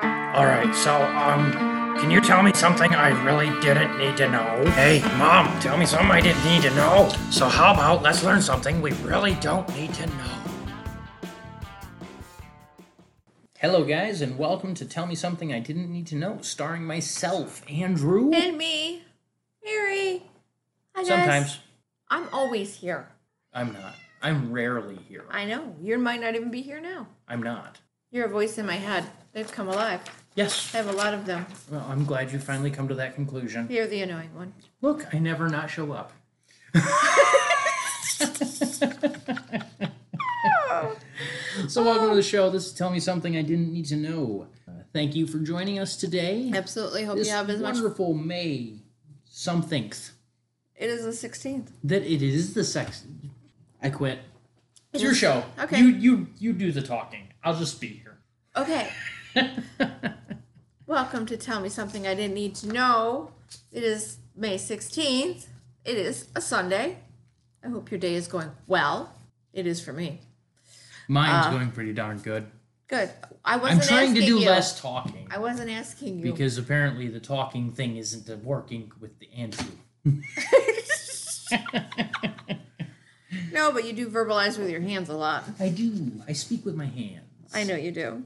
All right, so um, can you tell me something I really didn't need to know? Hey, mom, tell me something I didn't need to know. So how about let's learn something we really don't need to know. Hello, guys, and welcome to Tell Me Something I Didn't Need to Know, starring myself, Andrew. And me, Mary. I Sometimes I'm always here. I'm not. I'm rarely here. I know. You might not even be here now. I'm not. You're a voice in my head. They've come alive. Yes. I have a lot of them. Well, I'm glad you finally come to that conclusion. You're the annoying one. Look, I never not show up. so, welcome Oh. to the show. This is Tell Me Something I Didn't Need to Know. Uh, thank you for joining us today. Absolutely. Hope This you have as much. wonderful May somethingth It is the 16th. that it is the sex. I quit. It's your show. Okay. You you you do the talking. I'll just be here. Okay. Welcome to Tell Me Something I Didn't Need to Know. It is May 16th. It is a Sunday. I hope your day is going well. It is for me. Mine's going pretty darn good. Good. I I'm wasn't trying to Uh, asking do you. less talking I wasn't asking you. because apparently the talking thing isn't working with the Andrew. No, but you do verbalize with your hands a lot. I do. I speak with my hands. I know you do.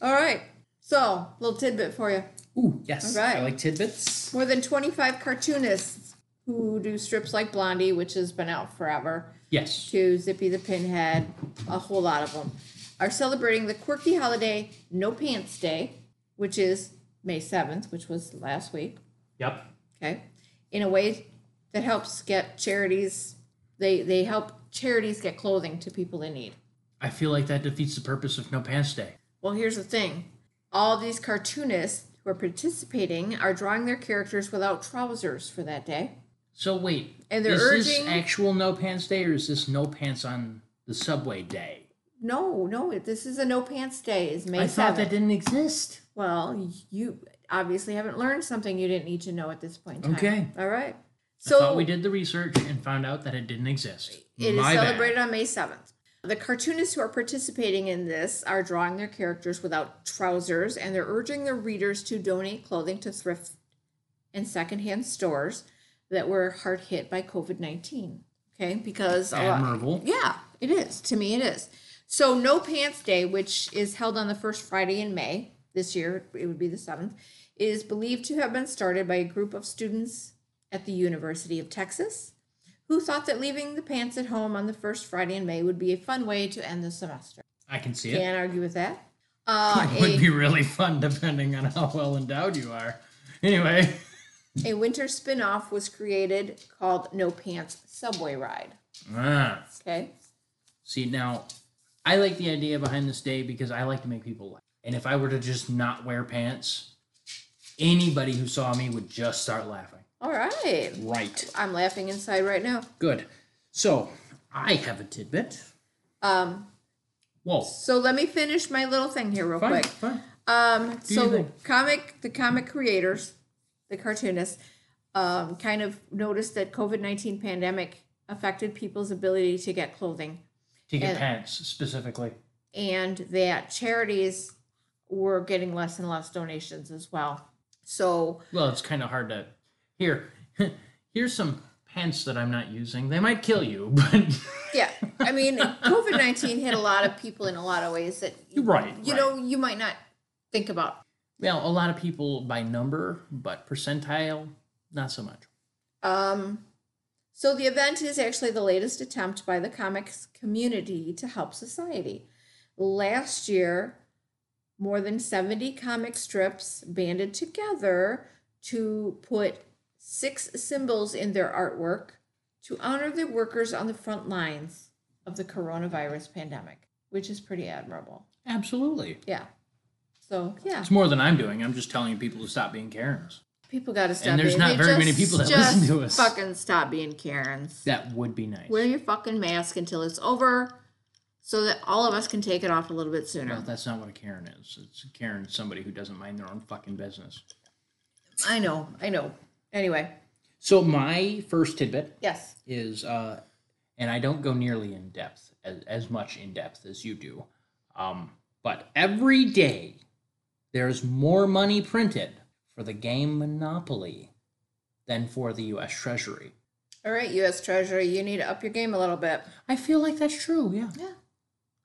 All right. So, little tidbit for you. Ooh, yes. All right. I like tidbits. More than 25 cartoonists who do strips like Blondie, which has been out forever, Yes. to Zippy the Pinhead, a whole lot of them, are celebrating the quirky holiday No Pants Day, which is May 7th, which was last week. Yep. Okay. In a way that helps get charities, they, they help charities get clothing to people in need. I feel like that defeats the purpose of No Pants Day. Well, here's the thing all these cartoonists who are participating are drawing their characters without trousers for that day. So wait, And they're is this urging- actual No Pants Day or is this No Pants on the subway day? No, no, it- this is a no pants day. Is May I thought 7th. that didn't exist. well, you obviously haven't learned something you didn't need to know at this point in time. Okay. All right. I So thought we did the research and found out that it didn't exist. Oh. It is My bad. celebrated on May 7th. The cartoonists who are participating in this are drawing their characters without trousers, and they're urging their readers to donate clothing to thrift and secondhand stores that were hard hit by COVID 19. Okay, because a lot- Admirable. yeah, it is. To me, it is. So, No Pants Day, which is held on the first Friday in May this year, it would be the 7th, is believed to have been started by a group of students at the University of Texas who thought that leaving the pants at home on the first Friday in May would be a fun way to end the semester. I can see it. Can't argue with that. Uh, It a, would be really fun depending on how well endowed you are. Anyway, a winter spin off was created called No Pants Subway Ride. ah, Okay. see now, I like the idea behind this day because I like to make people laugh. And if I were to just not wear pants, anybody who saw me would just start laughing. All right. Right. I'm laughing inside right now. Good. So I have a tidbit. Um, Whoa. so let me finish my little thing here real Fine. quick. Fine. Um, your so thing. comic, the comic creators, the cartoonists, um, kind of noticed that COVID nineteen pandemic affected people's ability to get clothing, To get And- pants specifically. and that charities were getting less and less donations as well. So Well, it's kind of hard to. Here, here's some pants that I'm not using. They might kill you, but yeah, I mean, COVID nineteen hit a lot of people in a lot of ways that you right. right. know you might not think about. Well, a lot of people by number, but percentile, not so much. Um, so the event is actually the latest attempt by the comics community to help society. Last year, more than 70 comic strips banded together to put six symbols in their artwork to honor the workers on the front lines of the coronavirus pandemic, which is pretty admirable. Absolutely. Yeah. So, yeah, It's more than I'm doing. I'm just telling people to stop being Karens. people got to stop there's being- not they very many just- people that just listen to us. Fucking stop being Karens. That would be nice. Wear your fucking mask until it's over so that all of us can take it off a little bit Well, sooner. that's not what a Karen is. It's a Karen is somebody who doesn't mind their own fucking business. I know, I know. Anyway, So my first tidbit yes. is, uh, and I don't go nearly in depth as, as much in depth as you do, um, but every day There's more money printed for the game Monopoly than for the US Treasury. All right, U.S. Treasury, you need to up your game a little bit. I feel like that's true, yeah. Yeah.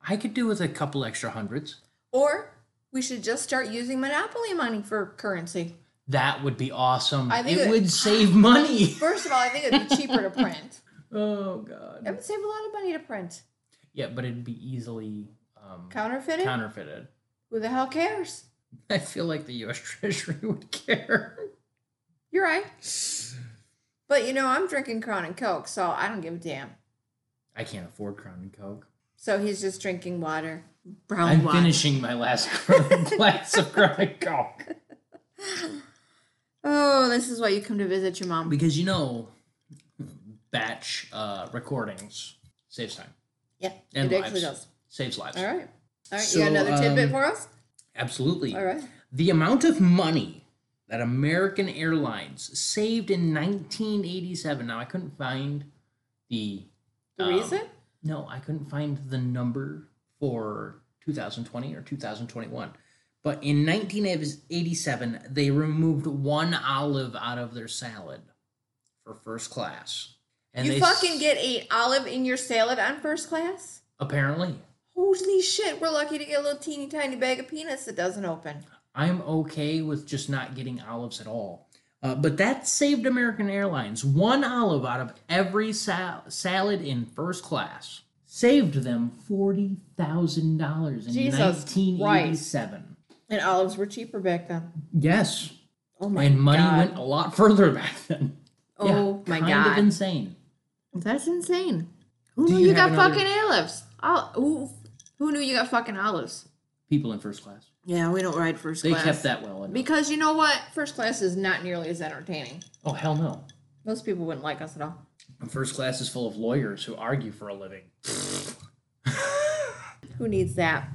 I could do with a couple extra hundreds. Or we should just start using Monopoly money for currency. That would be awesome. I think it it- would save money. First of all, I think it'd be cheaper to print. Oh god. It would save a lot of money to print. Yeah, but it'd be easily um, Counterfeited? counterfeited. Who the hell cares? I feel like the U.S. Treasury would care. You're right. But you know, I'm drinking Crown and Coke, so I don't give a damn. I can't afford Crown and Coke. So he's just drinking water, brown I'm water. finishing my last glass of Crown and Coke Oh, this is why you come to visit your mom. because you know, batch uh, recordings saves time, Yeah, And it actually lives. does. saves lives. All right. All right, So, you got another tidbit um, for us? Absolutely. All right. The amount of money that American Airlines saved in 1987. Now I couldn't find the The um, reason? No, I couldn't find the number for 2020 or 2021. But in 1987, they removed one olive out of their salad for first class. And You they fucking s- get a olive in your salad on first class? Apparently, Holy shit, we're lucky to get a little teeny tiny bag of peanuts that doesn't open. I'm okay with just not getting olives at all. Uh, but that saved American Airlines one olive out of every sal- salad in first class. Saved them forty thousand dollars in Jesus 1987. And olives were cheaper back then. Yes, Oh my and money god. went a lot further back then. oh my kind god. of insane. That's insane. Who Do knew you you, have got another- fucking olives? Oh, who, who knew you got fucking olives? People in first class. Yeah, we don't ride first They class. kept that well. Enough. Because you know what? First class is not nearly as entertaining. Oh hell no! Most people wouldn't like us at all. First class is full of lawyers who argue for a living. Who needs that?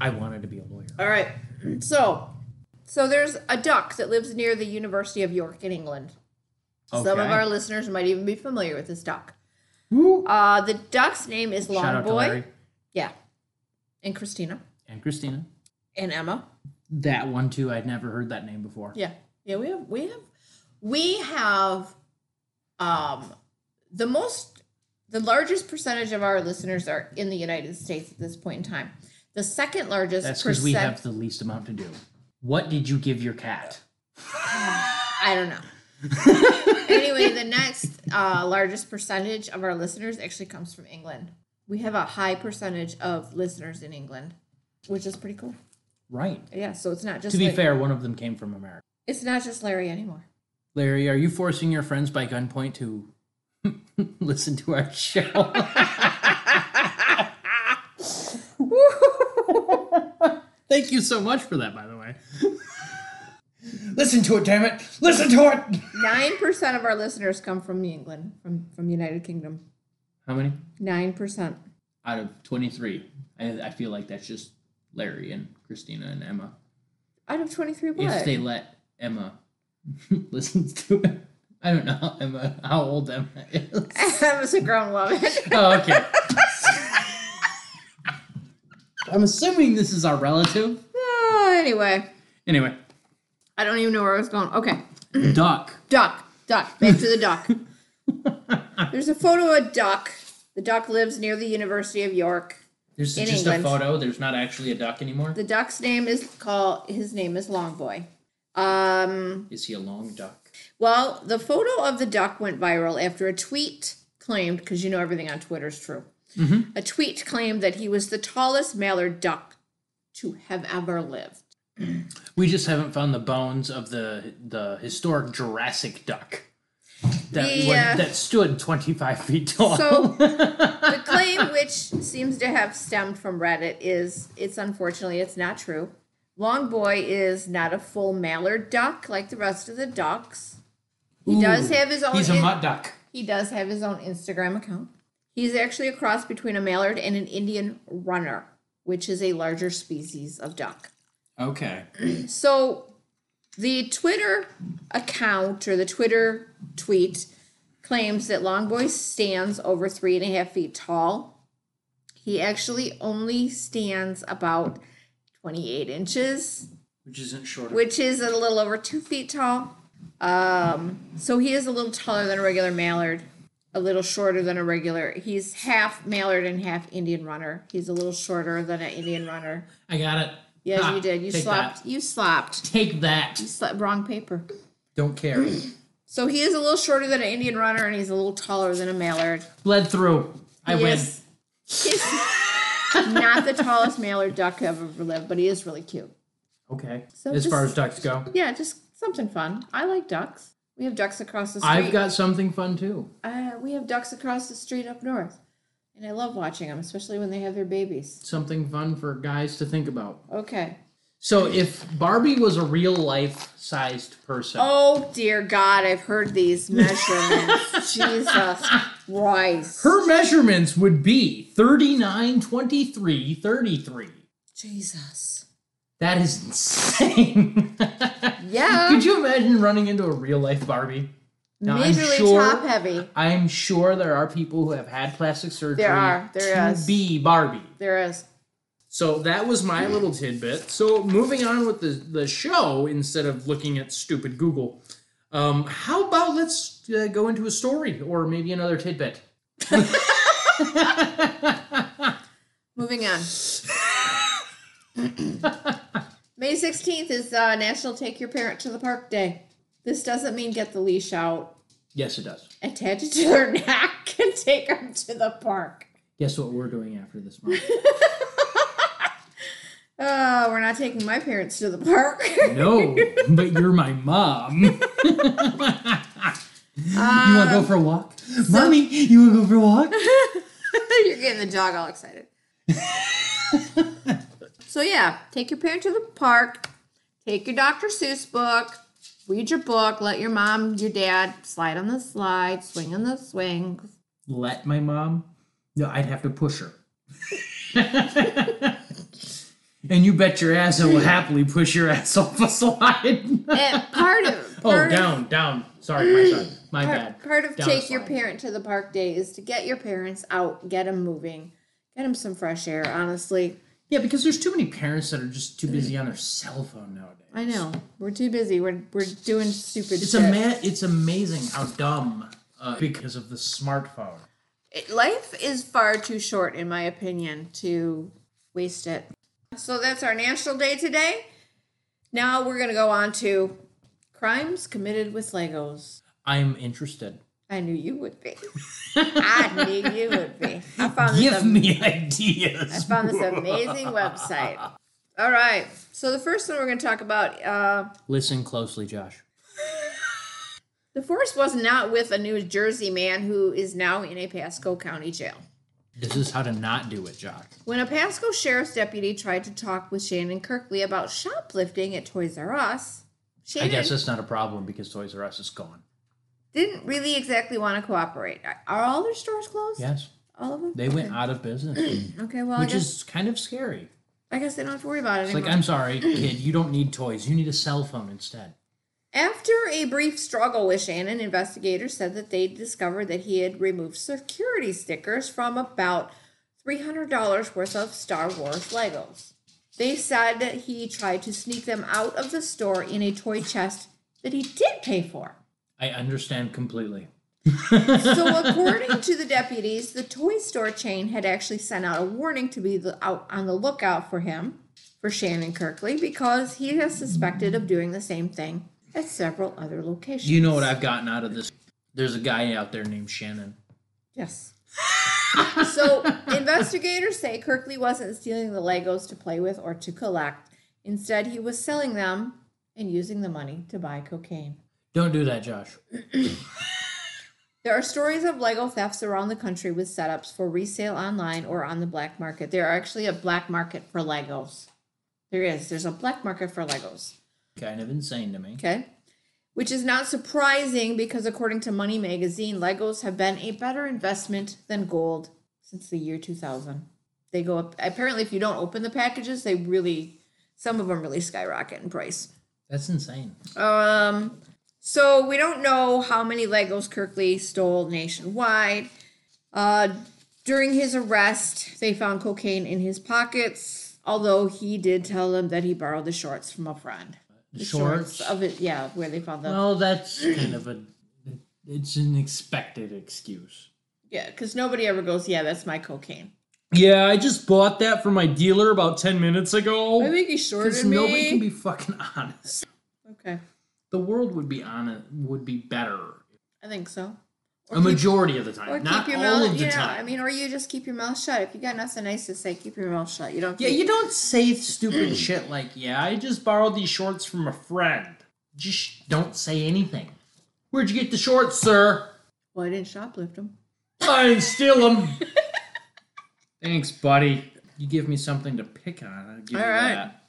I wanted to be a lawyer. All right. So, so there's a duck that lives near the University of York in England. Some of Okay. our listeners might even be familiar with this duck. Woo. Uh, the duck's name is Shout out to Longboy. Larry Yeah. And Christina. and Christina. And Emma. That one too. I'd never heard that name before. Yeah. Yeah, we have we have we have um the most the largest percentage of our listeners are in the United States at this point in time. The second largest That's because percent we have the least amount to do. What did you give your cat? I don't know. anyway, the next uh, largest percentage of our listeners actually comes from England. We have a high percentage of listeners in England, which is pretty cool. Right. Yeah, so it's not just To be like- fair, one of them came from America. it's not just Larry anymore. Larry, are you forcing your friends by gunpoint to listen to our show? Thank you so much for that, by the way. listen to it, damn it! Listen to it. Nine percent of our listeners come from England, from from United Kingdom. How many Nine percent. out of twenty-three? I, I feel like that's just Larry and Christina and Emma. Out of twenty three if what? they let Emma listen to it. I don't know how Emma how old Emma is. I was a grown woman. Oh, okay. I'm assuming this is our relative. Oh, anyway, Anyway, I don't even know where I was going. Okay. duck. Duck, duck, back to the duck. There's a photo of a duck. The duck lives near the University of York. There's In just England. a photo. There's not actually a duck anymore. The duck's name is called his name is Longboy. Um, Is he a long duck? well, the photo of the duck went viral after a tweet claimed because you know everything on Twitter is true. A tweet claimed that he was the tallest mallard duck to have ever lived. We just haven't found the bones of the the historic Jurassic duck that The, went- uh, that stood 25 feet tall. So the claim, which seems to have stemmed from Reddit, is it's unfortunately it's not true. Longboy is not a full mallard duck like the rest of the ducks. He does Ooh, have his own. He's a in- mutt duck. he does have his own Instagram account. He's actually a cross between a mallard and an Indian runner, which is a larger species of duck. Okay. So the Twitter account or the Twitter tweet claims that Longboy stands over three and a half feet tall. He actually only stands about 28 inches. which isn't short. of- which is a little over two feet tall. Um, so he is a little taller than a regular mallard, a little shorter than a regular. He's half mallard and half Indian runner. He's a little shorter than an Indian runner. I got it. Yes, Ha, you did. You Ah, take slopped. You slopped. That. Take that. You slopped. Wrong paper. Don't care. So he is a little shorter than an Indian runner, and he's a little taller than a mallard. Bled through. I He win. is- he's not the tallest mallard duck I've ever lived, but he is really cute. Okay. So as far as just- ducks go, Yeah, just something fun. I like ducks. We have ducks across the street. I've got something fun too. uh, we have ducks across the street up north, and I love watching them, especially when they have their babies. Something fun for guys to think about. Okay. So if Barbie was a real life sized person, Oh dear God, I've heard these measurements. Jesus Christ. her measurements would be 39, 23, 33. Jesus. That is insane. Yeah. Could you imagine running into a real life Barbie? Now, I'm Majorly sure- top heavy. I'm sure there are people who have had plastic surgery are. There to is. be Barbie. There is. So that was my little tidbit. So moving on with the, the show, instead of looking at stupid Google, um, how about let's uh, go into a story or maybe another tidbit? Moving on. May 16th is uh, National Take Your Parent to the Park Day. This doesn't mean get the leash out, Yes, it does. attach it to their neck, and take them to the park. Guess what we're doing after this month? Uh, we're not taking my parents to the park. no, but you're my mom. you want to go for a walk? Mommy, you want to go for a walk? You're getting the dog all excited. so yeah, take your parent to the park, take your Dr. Seuss book, read your book, let your mom, your dad slide on the slide, swing on the swing. Let my mom? No, I'd have to push her. and you bet your ass I will happily push your ass off a slide. And part of Oh, part of- down, down. Sorry, my son. My bad. part, part of Down a take your slide. parent to the park day is to get your parents out, get them moving, get them some fresh air. Honestly, Yeah, because there's too many parents that are just too busy on their cell phone nowadays. I know we're too busy. We're we're doing stupid. It's shit. ama- it's amazing how dumb uh, because of the smartphone. it, life is far too short, in my opinion, to waste it. So that's our National Day today. Now we're going to go on to crimes committed with Legos. I'm interested. I knew you would be. I knew you would be. I found this, Give am- me ideas. I found this amazing website. All right. So the first one we're going to talk about uh, Listen closely, Josh. the force was not with a New Jersey man who is now in a Pasco County jail. This is how to not do it, Josh. When a Pasco sheriff's deputy tried to talk with Shannon Kirkley about shoplifting at Toys R Us, I guess Shannon that's not a problem because Toys R Us is gone. didn't really exactly want to cooperate. Are all their stores closed? Yes, All of them? they went out of business, Okay, well, I which guess, is kind of scary. I guess they don't have to worry about it It's anymore. like, I'm sorry, kid, you don't need toys. You need a cell phone instead. After a brief struggle with Shannon, investigators said that they discovered that he had removed security stickers from about $300 worth of Star Wars Legos. They said that he tried to sneak them out of the store in a toy chest that he did pay for. I understand completely. So, according to the deputies, the toy store chain had actually sent out a warning to be the, out on the lookout for him, for Shannon Kirkley, because he is suspected of doing the same thing at several other locations. You know what I've gotten out of this? There's a guy out there named Shannon. Yes. so, investigators say Kirkley wasn't stealing the Legos to play with or to collect. Instead, he was selling them and using the money to buy cocaine. Don't do that, Josh. There are stories of Lego thefts around the country with setups for resale online or on the black market. There are actually a black market for Legos. There is. There's a black market for Legos. Kind of insane to me. Okay. Which is not surprising because, according to Money Magazine, Legos have been a better investment than gold since the year 2000. They go up. Apparently, if you don't open the packages, they really, some of them really skyrocket in price. That's insane. Um, so we don't know how many Legos Kirkley stole nationwide. Uh, during his arrest, they found cocaine in his pockets, Although he did tell them that he borrowed the shorts from a friend. The Shorts. of it, yeah, where they found them. Well, that's kind of a. It's an expected excuse. Yeah, because nobody ever goes, yeah, that's my cocaine. Yeah, I just bought that from my dealer about ten minutes I ago. think he shorted Because me. Oh, nobody can be fucking honest. okay, The world would be honest. Would be better I think so. a majority of the time, Or not keep your all mouth. of the yeah, time. I mean, or you just keep your mouth shut. If you got nothing nice to say, keep your mouth shut. You don't. yeah, keep- you don't say stupid shit. Shit, like yeah, I just borrowed these shorts from a friend. Just don't say anything. Where'd you get the shorts, sir? Well, I didn't shoplift them. I didn't steal them. Thanks, buddy. You give me something to pick on. I'll give All you right. that.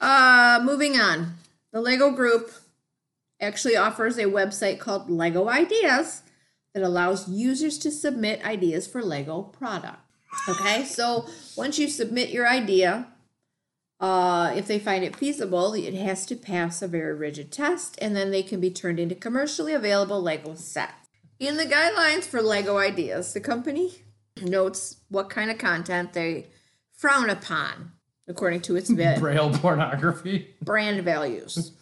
Uh, moving on. The Lego Group actually offers a website called Lego Ideas that allows users to submit ideas for Lego product. Okay, so once you submit your idea, uh, if they find it feasible, it has to pass a very rigid test, and then they can be turned into commercially available Lego sets. In the guidelines for Lego Ideas, the company notes what kind of content they frown upon according to its bid Braille pornography. brand values.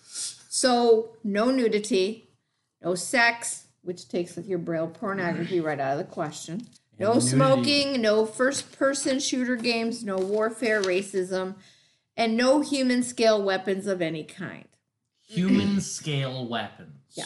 So no nudity, no sex, which takes your braille pornography right out of the question. No nudity. smoking, no first person shooter games, no warfare, racism, and no human scale weapons of any kind. Human scale weapons. Yeah.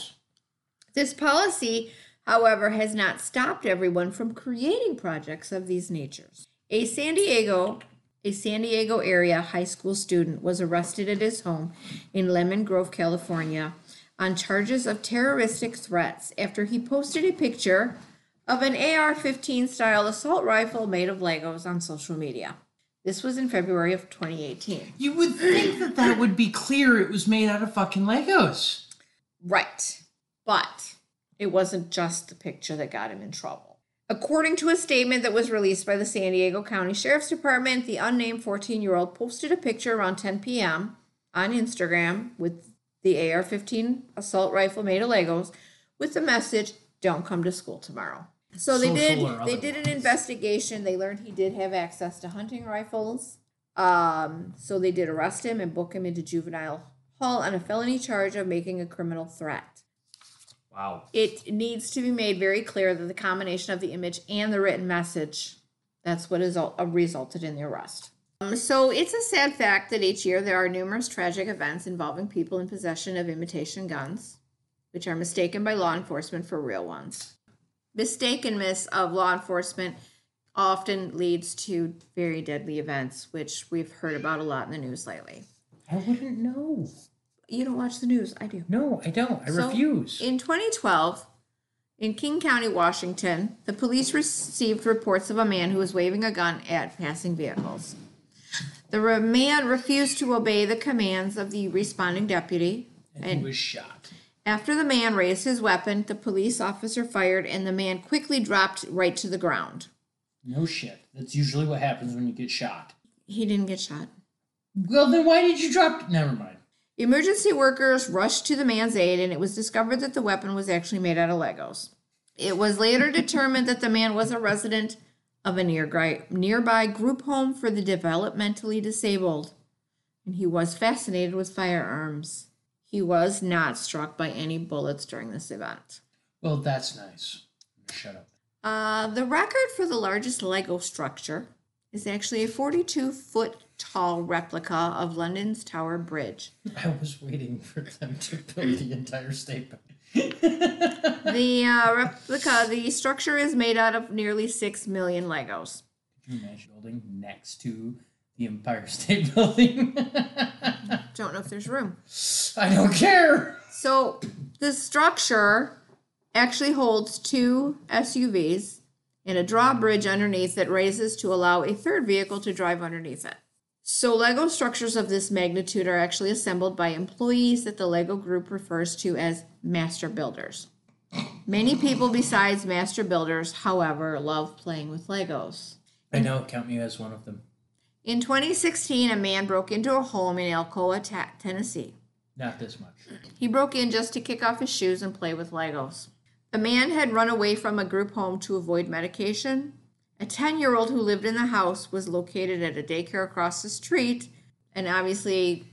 This policy, however, has not stopped everyone from creating projects of these natures. A San Diego, a San Diego area high school student was arrested at his home in Lemon Grove, California, on charges of terroristic threats after he posted a picture of an AR-15 style assault rifle made of Legos on social media. This was in February of 2018. You would think that that would be clear. It was made out of fucking Legos. Right. But it wasn't just the picture that got him in trouble. According to a statement that was released by the San Diego County Sheriff's Department, the unnamed 14 year old posted a picture around 10 p.m. on Instagram with the AR 15 assault rifle made of Legos with the message, Don't come to school tomorrow. So they Social did or they did an otherwise. investigation. They learned he did have access to hunting rifles. Um, so they did arrest him and book him into juvenile hall on a felony charge of making a criminal threat. Wow. It needs to be made very clear that the combination of the image and the written message that's what is all, uh, resulted in the arrest. Um, so it's a sad fact that each year there are numerous tragic events involving people in possession of imitation guns, which are mistaken by law enforcement for real ones. Mistakenness of law enforcement often leads to very deadly events, which we've heard about a lot in the news lately. I wouldn't know. You don't watch the news, I do. No, I don't. I So- refuse. In 2012, in King County, Washington, the police received reports of a man who was waving a gun at passing vehicles. The re- man refused to obey the commands of the responding deputy. he And was shot. after the man raised his weapon, the police officer fired and the man quickly dropped right to the ground. No shit. That's usually what happens when you get shot. He didn't get shot. Well, then why did you drop? Never mind. Emergency workers rushed to the man's aid, and it was discovered that the weapon was actually made out of Legos. It was later determined that the man was a resident of a nearby, nearby group home for the developmentally disabled, and he was fascinated with firearms. He was not struck by any bullets during this event. Well, that's nice. Shut up. Uh, the record for the largest Lego structure is actually a 42 foot tall replica of London's Tower Bridge. I was waiting for them to build the entire state. the uh, replica, the structure is made out of nearly six million Legos. Could you imagine building next to the Empire State Building? Don't know if there's room. I don't care. So the structure actually holds two SUVs and a drawbridge underneath that raises to allow a third vehicle to drive underneath it. So Lego structures of this magnitude are actually assembled by employees that the Lego group refers to as master builders. Many people besides master builders, however, love playing with Legos. I know. Count me as one of them. In 2016, a man broke into a home in Alcoa, Ta- Tennessee. Not this much. He broke in just to kick off his shoes and play with Legos. The man had run away from a group home to avoid medication A 10 year old who lived in the house was located at a daycare across the street. And obviously,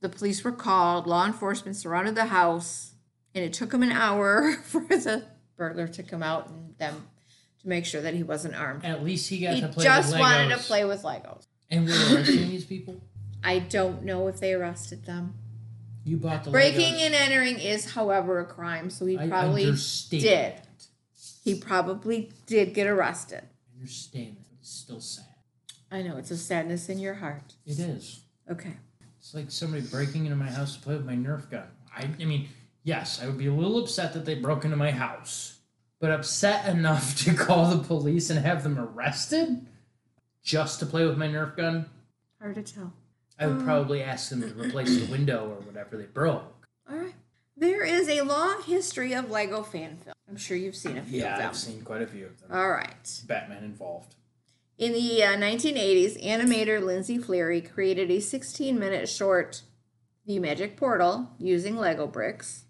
the police were called, law enforcement surrounded the house, and it took them an hour for the burglar to come out and them to make sure that he wasn't armed. At least he got He to play just with Legos. wanted to play with Legos. And we're arresting these people. I don't know if they arrested them. Oh You bought the Breaking Legos. and entering is, however, a crime, so he I probably understand did. that. He probably did get arrested. I understand that. It's still sad. I know it's a sadness in your heart. It is. Okay. It's like somebody breaking into my house to play with my Nerf gun. I, I mean, yes, I would be a little upset that they broke into my house, but upset enough to call the police and have them arrested just to play with my Nerf gun? Hard to tell. I would probably ask them to replace the window or whatever they broke. All right. There is a long history of Lego fan film. I'm sure you've seen a few of Yeah, them. I've seen quite a few of Uh. them. All right. Batman involved. In the uh, 1980s, animator Lindsay Fleary created a 16 minute short, The Magic Portal, using Lego bricks.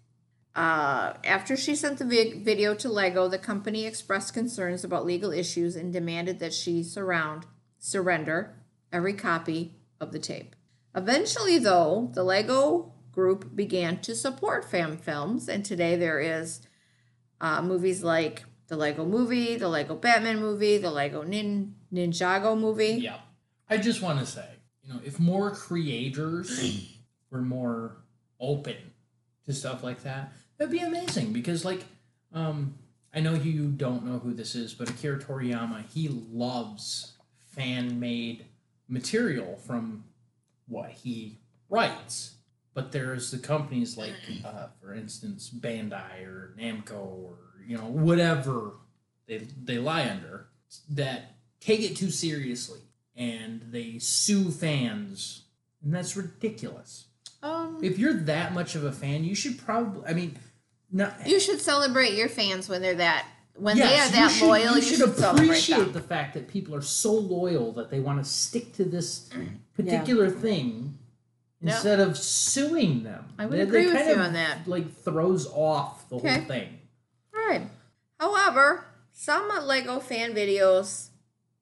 Uh, after she sent the vi- video to Lego, the company expressed concerns about legal issues and demanded that she surround, surrender every copy of the tape. Eventually, though, the Lego group began to support fan films, and today there is uh, movies like the Lego Movie, the Lego Batman Movie, the Lego Nin- Ninjago Movie. Yeah. I just want to say, you know, if more creators were more open to stuff like that, that'd be amazing because like um I know you don't know who this is, but Akira Toriyama, he loves fan-made material from what he writes. But there's the companies like uh, for instance Bandai or Namco or you know whatever they they lie under that take it too seriously and they sue fans and that's ridiculous Um, if you're that much of a fan you should probably i mean not you should celebrate your fans when they're that when Yes, they are that you should, loyal. you should, celebrate appreciate them. the fact that people are so loyal that they want to stick to this particular thing No. instead of suing them I would That- agree with kind you of, on that. like throws off the Okay. whole thing All right. However, some Lego fan videos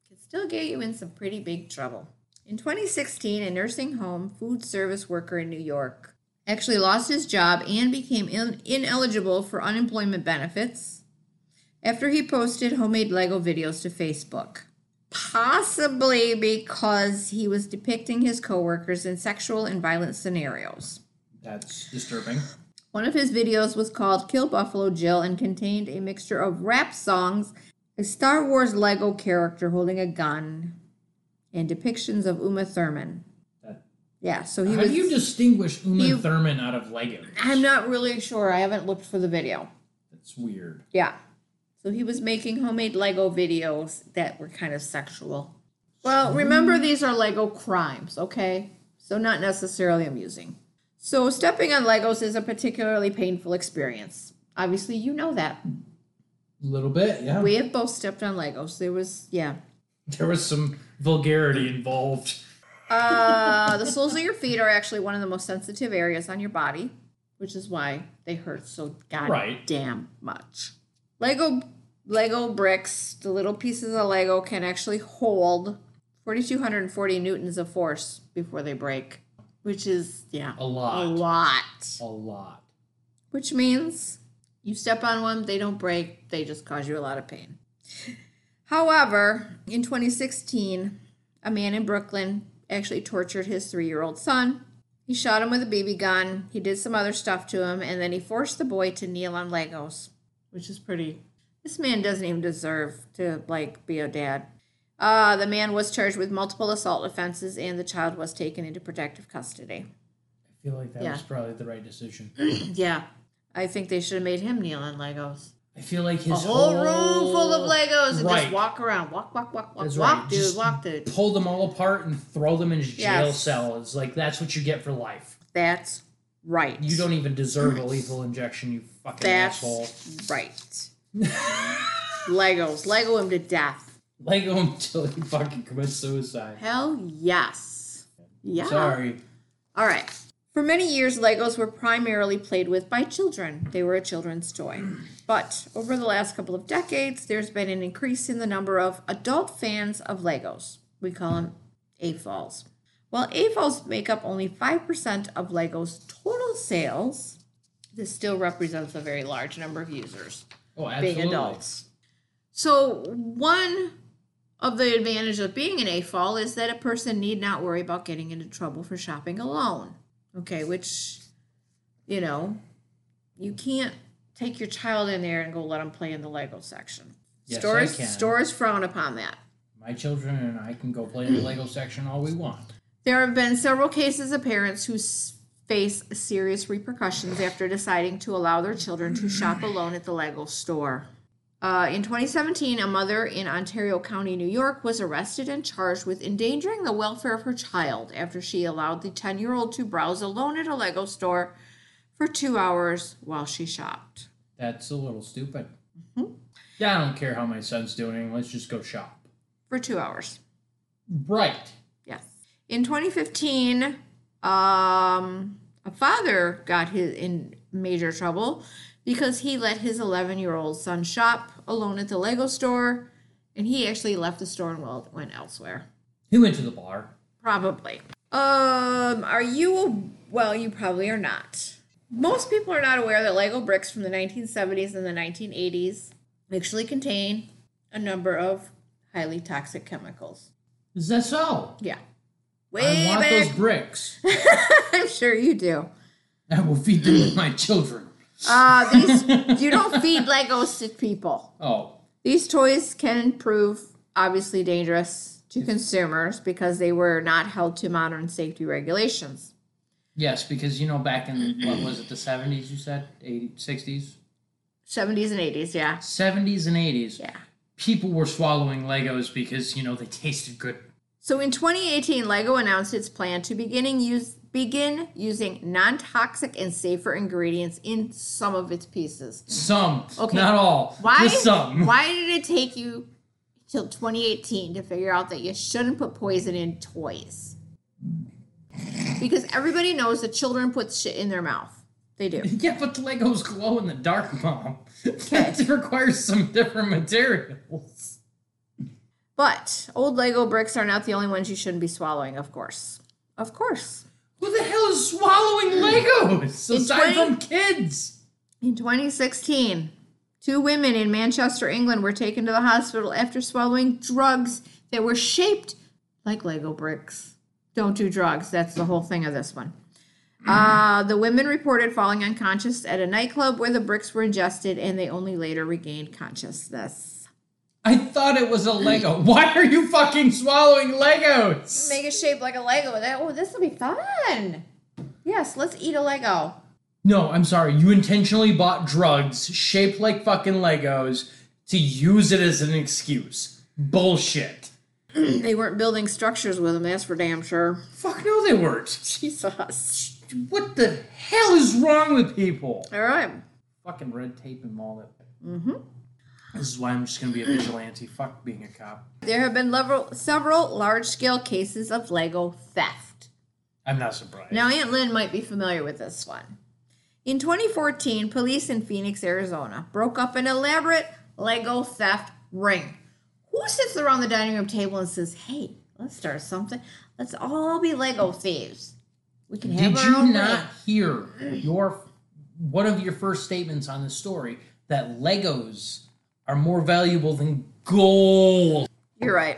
can still get you in some pretty big trouble. In 2016, a nursing home food service worker in New York actually lost his job and became in- ineligible for unemployment benefits after he posted homemade Lego videos to Facebook. Possibly because he was depicting his coworkers in sexual and violent scenarios. that's disturbing One of his videos was called Kill Buffalo Jill and contained a mixture of rap songs, a Star Wars Lego character holding a gun, and depictions of Uma Thurman. That- Yeah, so he how was. do you distinguish uma You- thurman out of lego I'm not really sure. I haven't looked for the video. that's weird Yeah. So he was making homemade Lego videos that were kind of sexual. Well, remember these are Lego crimes, okay? So not necessarily amusing. So stepping on Legos is a particularly painful experience. Obviously, you know that. a little bit yeah We have both stepped on Legos. There was, yeah. There was some vulgarity Mm. involved. Uh, the soles of your feet are actually one of the most sensitive areas on your body, which is why they hurt so goddamn Right. much. Lego Lego bricks, the little pieces of Lego can actually hold 4240 newtons of force before they break, which is yeah, A lot. A lot. A lot. Which means you step on one, they don't break, they just cause you a lot of pain. However, in 2016, a man in Brooklyn actually tortured his three year old son. He shot him with a BB gun, he did some other stuff to him, and then he forced the boy to kneel on Legos, which is pretty. This man doesn't even deserve to like be a dad. Uh, the man was charged with multiple assault offenses, and the child was taken into protective custody. I feel like that Yeah. was probably the right decision. Yeah, I think they should have made him kneel on Legos. I feel like his a whole room full of Legos and Right. just walk around, walk, walk, walk, walk, That's walk, right. dude, Just- walk, dude. Pull them all apart and throw them in his jail Yes. cell. It's like that's what you get for life. That's right. You don't even deserve a lethal injection, you fucking That's asshole. right. Legos, Lego him to death. Lego him until he fucking commits suicide. Hell yes. Yeah. Sorry. All right. For many years, Legos were primarily played with by children. They were a children's toy. But over the last couple of decades, there's been an increase in the number of adult fans of Legos. We call them AFALs. While AFALs make up only 5% of Legos' total sales, this still represents a very large number of users Oh, absolutely. being adults. So one of the advantage of being an AFOL is that a person need not worry about getting into trouble for shopping alone. Okay, which you know, you can't take your child in there and go let them play in the Lego section. Yes, I stores can. stores frown upon that. My children and I can go play in the Lego section all we want. There have been several cases of parents who s- face serious repercussions after deciding to allow their children to shop alone at the Lego store. Uh, in 2017, a mother in Ontario County, New York, was arrested and charged with endangering the welfare of her child after she allowed the 10 year old to browse alone at a Lego store for two hours while she shopped. That's a little stupid. Mm-hmm. Yeah, I don't care how my son's doing. Let's just go shop. For two hours. Right. Yes. In 2015, um, a father got his in major trouble because he let his 11 year old son shop alone at the Lego store, and he actually left the store and well, went elsewhere. He went to the bar. Probably. Um, are you? Well, you probably are not. Most people are not aware that Lego bricks from the 1970s and the 1980s actually contain a number of highly toxic chemicals. Is that so? Yeah. I Way want back those bricks. I'm sure you do. I will feed them to my children. Uh, these you don't feed Legos to people. Oh, These toys can prove obviously dangerous to consumers because they were not held to modern safety regulations. yes, because you know back in what was it the seventies? You said 80s, 60s, 70s and 80s, yeah. seventies, and eighties. Yeah. People were swallowing Legos because you know they tasted good. So in 2018, Lego announced its plan to beginning use begin using non-toxic and safer ingredients in some of its pieces. Some, Okay. not all. Why? Just some. Why did it take you till 2018 to figure out that you shouldn't put poison in toys? Because everybody knows that children put shit in their mouth. They do. Yeah, but the Legos glow in the dark, Mom. That requires some different materials. But old Lego bricks are not the only ones you shouldn't be swallowing, of course. Of course. Who the hell is swallowing Legos In aside 20 from kids? In 2016, two women in Manchester, England were taken to the hospital after swallowing drugs that were shaped like Lego bricks. Don't do drugs. That's the whole thing of this one. Uh, the women reported falling unconscious at a nightclub where the bricks were ingested and they only later regained consciousness. I thought it was a Lego. Why are you fucking swallowing Legos? Make it shaped like a Lego. That, oh, this will be fun. Yes, let's eat a Lego. No, I'm sorry. You intentionally bought drugs shaped like fucking Legos to use it as an excuse. Bullshit. They weren't building structures with them, that's for damn sure. Fuck no, they weren't. Jesus. What the hell is wrong with people? All right. Fucking red tape and all that. Mm-hmm. This is why I'm just gonna be a vigilante. Fuck being a cop. There have been level, several large scale cases of Lego theft. I'm not surprised. Now, Aunt Lynn might be familiar with this one. In 2014, police in Phoenix, Arizona broke up an elaborate Lego theft ring. Who sits around the dining room table and says, Hey, let's start something? Let's all be Lego thieves. We can have Did our you own not Way. hear your one of your first statements on the story that Legos are more valuable than gold? You're right.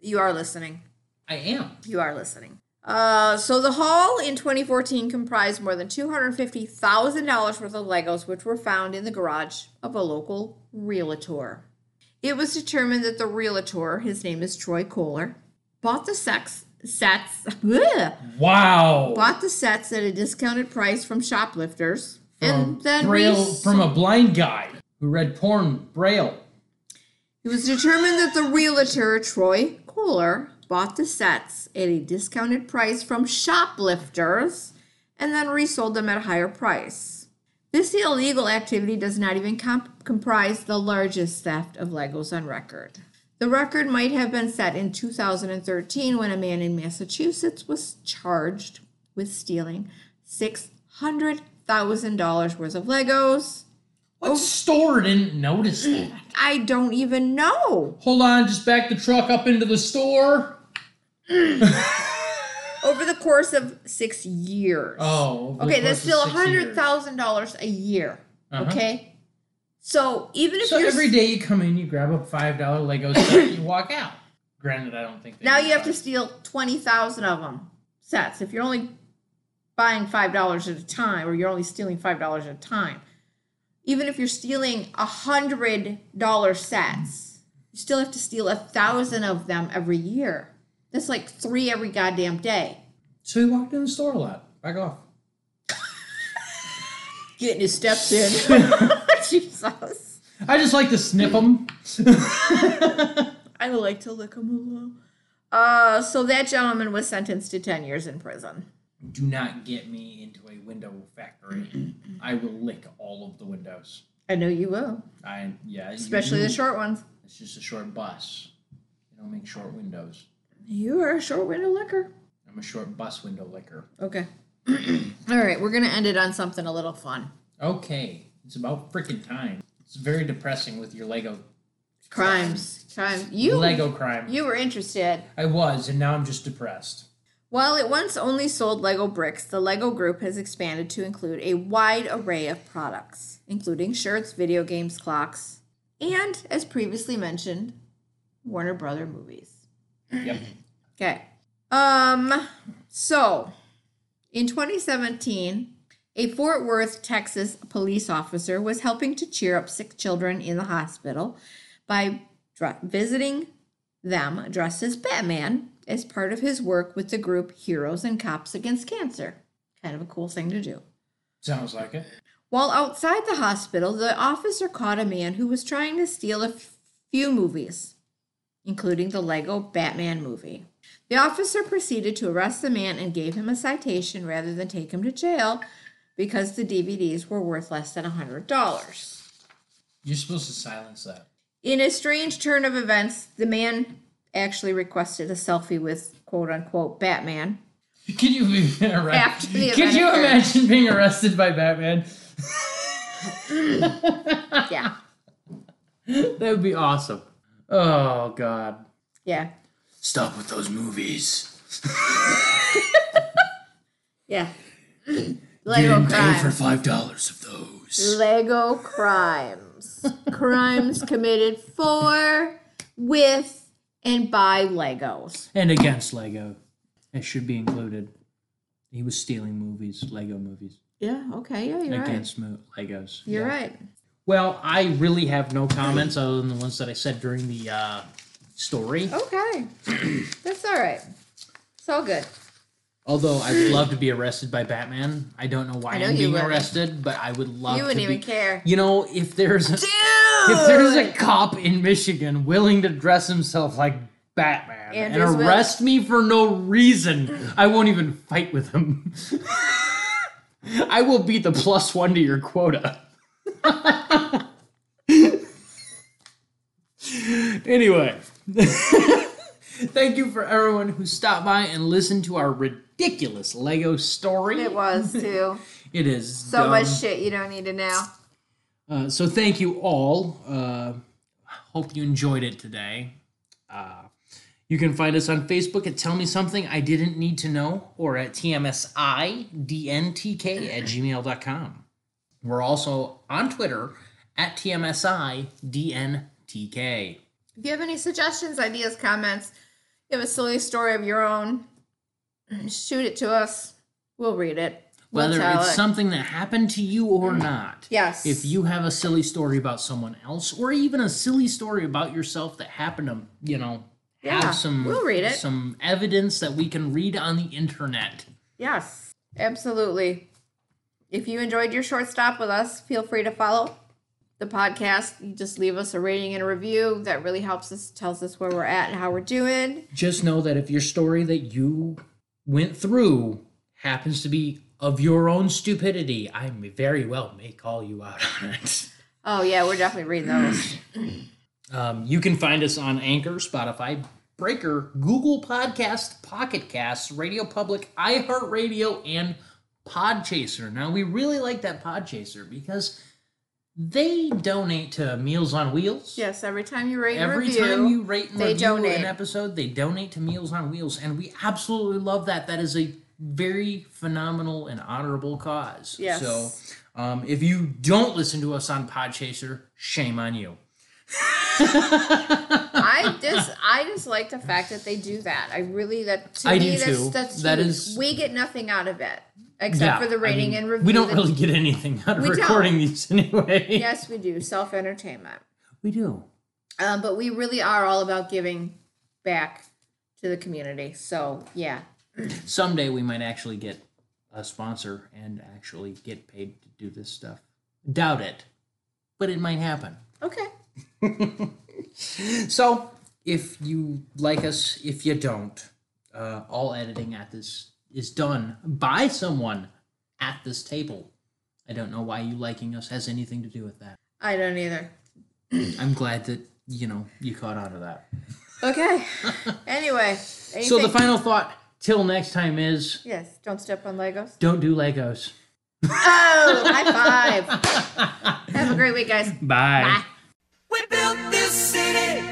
You are listening. I am. You are listening. Uh, so the haul in 2014 comprised more than $250,000 worth of Legos, which were found in the garage of a local realtor. It was determined that the realtor, his name is Troy Kohler, bought the sex sets, bleh, Wow. bought the sets at a discounted price from shoplifters, From and then Braille res- from a blind guy who read porn Braille. It was determined that the realtor, Troy Kohler, bought the sets at a discounted price from shoplifters and then resold them at a higher price. This illegal activity does not even comp- comprise the largest theft of Legos on record. The record might have been set in 2013 when a man in Massachusetts was charged with stealing $600,000 worth of Legos. Oh. What store didn't notice that? I don't even know. Hold on, just back the truck up into the store. Over the course of six years. Oh, over the okay, that's course of still six years. $100,000 a year. Uh-huh. Okay? So even if So you're. every day you come in, you grab a five dollar Lego set, and you walk out. Granted, I don't think they Now do you have that. to steal 20,000 of them sets. If you're only buying $5 at a time or you're only stealing $5 at a time, even if you're stealing $100 sets, you still have to steal a thousand of them every year. That's like three every goddamn day. So he walked in the store a lot. Back off. Getting his steps in. Jesus. I just like to snip them. I like to lick him alone. Uh, so that gentleman was sentenced to 10 years in prison. do not get me into a window factory. I will lick all of the windows. I know you will, I yeah. you- especially the short ones. It's just a short bus. They don't make short windows. You are a short window licker. I'm a short bus window licker. Okay. All right, we're gonna end it on something a little fun. Okay, it's about freaking time. It's very depressing with your Lego Crimes, crimes. You, Lego crime. you were interested. I was, and now I'm just depressed. While it once only sold Lego bricks, the Lego Group has expanded to include a wide array of products, including shirts, video games, clocks, and, as previously mentioned, Warner Brother movies. Yep. Okay. Um so in 2017, a Fort Worth, Texas police officer was helping to cheer up sick children in the hospital by dr- visiting them dressed as Batman as part of his work with the group Heroes and Cops Against Cancer. Kind of a cool thing to do. Sounds like it. While outside the hospital, the officer caught a man who was trying to steal a f- few movies, including the Lego Batman movie. The officer proceeded to arrest the man and gave him a citation rather than take him to jail because the DVDs were worth less than $100. You're supposed to silence that. In a strange turn of events, the man actually requested a selfie with quote unquote Batman. Can you be After the arrested? Could you event. imagine being arrested by Batman? Yeah, That would be awesome. Oh God. yeah, Stop with those movies. yeah. Lego crime. five dollars of those. Lego crimes. crimes committed for, with, and by Legos. And against Lego. It should be included. He was stealing movies, Lego movies. Yeah, okay, yeah, you're right. Against mo- Legos. You're right. Well, I really have no comments other than the ones that I said during the uh, story. Okay. That's all right. It's all good. Although I'd love to be arrested by Batman. I don't know why I know I'm you being wouldn't. arrested, but I would love You to wouldn't even be- care. You know, if there's a, if Dude! there's a cop in Michigan willing to dress himself like Batman Andrews and will. arrest me for no reason, I won't even fight with him. I will be the plus one to your quota. anyway, thank you for everyone who stopped by and listened to our ridiculous Lego story. It was too. It is So dumb. much shit you don't need to know. Uh, so thank you all. Uh, hope you enjoyed it today. Uh, you can find us on Facebook at Tell Me Something I Didn't Need to Know or at TMSIDNTK at gmail.com. We're also on Twitter at TMSIDNTK. If you have any suggestions, ideas, comments, you have a silly story of your own, shoot it to us. We'll read it. We'll Whether tell it's it. something that happened to you or not. Yes. If you have a silly story about someone else, or even a silly story about yourself that happened to, you know, Yeah, have some we'll read it. some evidence that we can read on the internet. Yes, absolutely. If you enjoyed your short stop with us, feel free to follow the podcast. You just leave us a rating and a review. That really helps us, tells us where we're at and how we're doing. Just know that if your story that you went through happens to be of your own stupidity, I very well may call you out on it. Oh, yeah, we're definitely reading those. Um, you can find us on Anchor, Spotify, Breaker, Google Podcast, Pocket Casts, Radio Public, iHeartRadio, and Podchaser. Now, we really like that Podchaser because they donate to Meals on Wheels. Yes, every time you rate Every and review, time you rate and they review donate. an episode, they donate to Meals on Wheels, and we absolutely love that. That is a very phenomenal and honorable cause. Yes. So, um, if you don't listen to us on Podchaser, shame on you. I just I just like the fact that they do that. I really that to I me do that's too. that's That huge. is- we get nothing out of it except Yeah, for the I rating mean, and review. We don't that- really get anything out of We don't. recording these anyway. Yes, we do self entertainment, We do. um, but we really are all about giving back to the community. So yeah, Someday we might actually get a sponsor and actually get paid to do this stuff. Doubt it, but it might happen. okay, So, if you like us, if you don't, uh, all editing at this is done by someone at this table. I don't know why you liking us has anything to do with that. I don't either. I'm glad that you know you caught on to that. Okay. anyway, anything? So the final thought till next time is yes, don't step on Legos. don't do Legos. Oh, high five! Have a great week, guys. Bye. Bye. We built this city.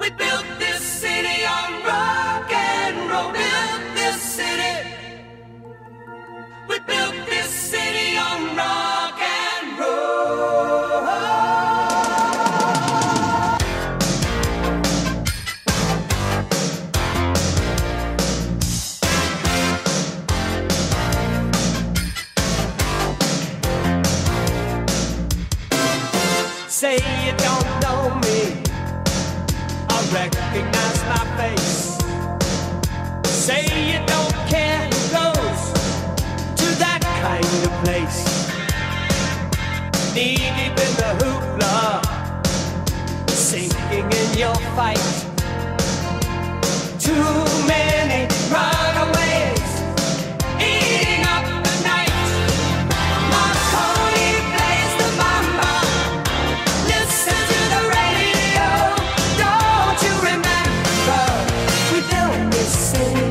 We built this city on rock and roll. Built this city. We built this city on rock and roll. Say you don't know me. I recognize my face. Say you don't care who goes to that kind of place. Knee deep in the hoopla, sinking in your fight. Too many runaways eating up the night. My pony plays the mamba. Listen to the radio. Don't you remember? We built this city.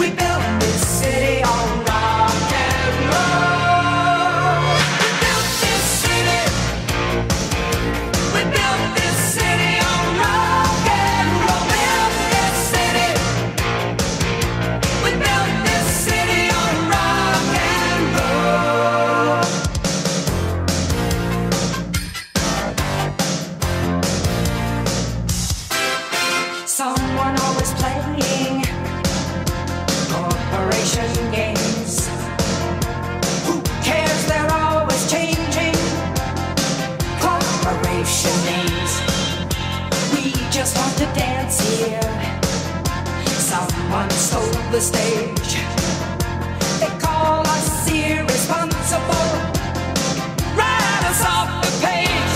We built this city on rock and roll. We built this city. We built this city on rock and roll. We built this city. We built this city on rock and roll. Someone always playing corporation games. Who cares? They're always changing corporation names. We just want to dance here. Someone stole the stage. They call us irresponsible. Write us off the page.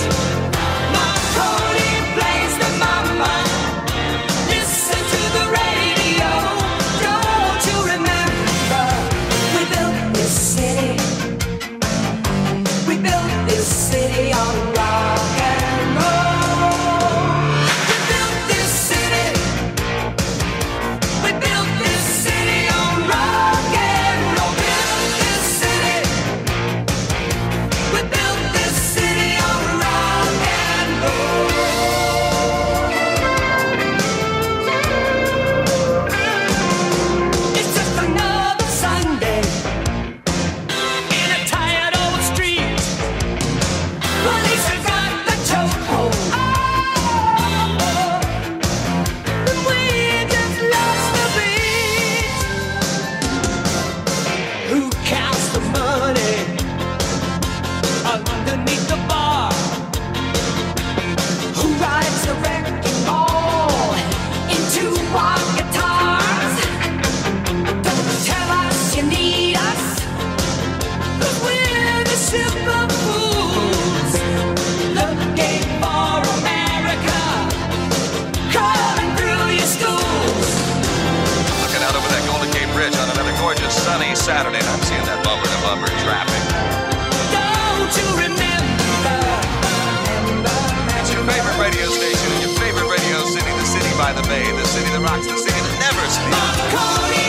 Marconi plays the mama. Listen to the radio. Don't you remember? We built this city. We built this city on rock and roll. We built this city. We built this city on rock and roll. Built this city. We built this city on rock and roll. It's just another Sunday in a tired old street. Police have got the chokehold. But we just lost the beat. Who counts the money underneath the bar? Who rides the wrecking ball into our guitars? Don't tell us you need us, 'cause we're the super fools. Looking for America, coming through your schools. Looking out over that Golden Gate Bridge on another gorgeous sunny Saturday, and I'm seeing that bumper to bumper traffic. Don't you remember? Remember, It's your favorite radio station, and your Bay, the city that rocks, the city that never sleeps. Coney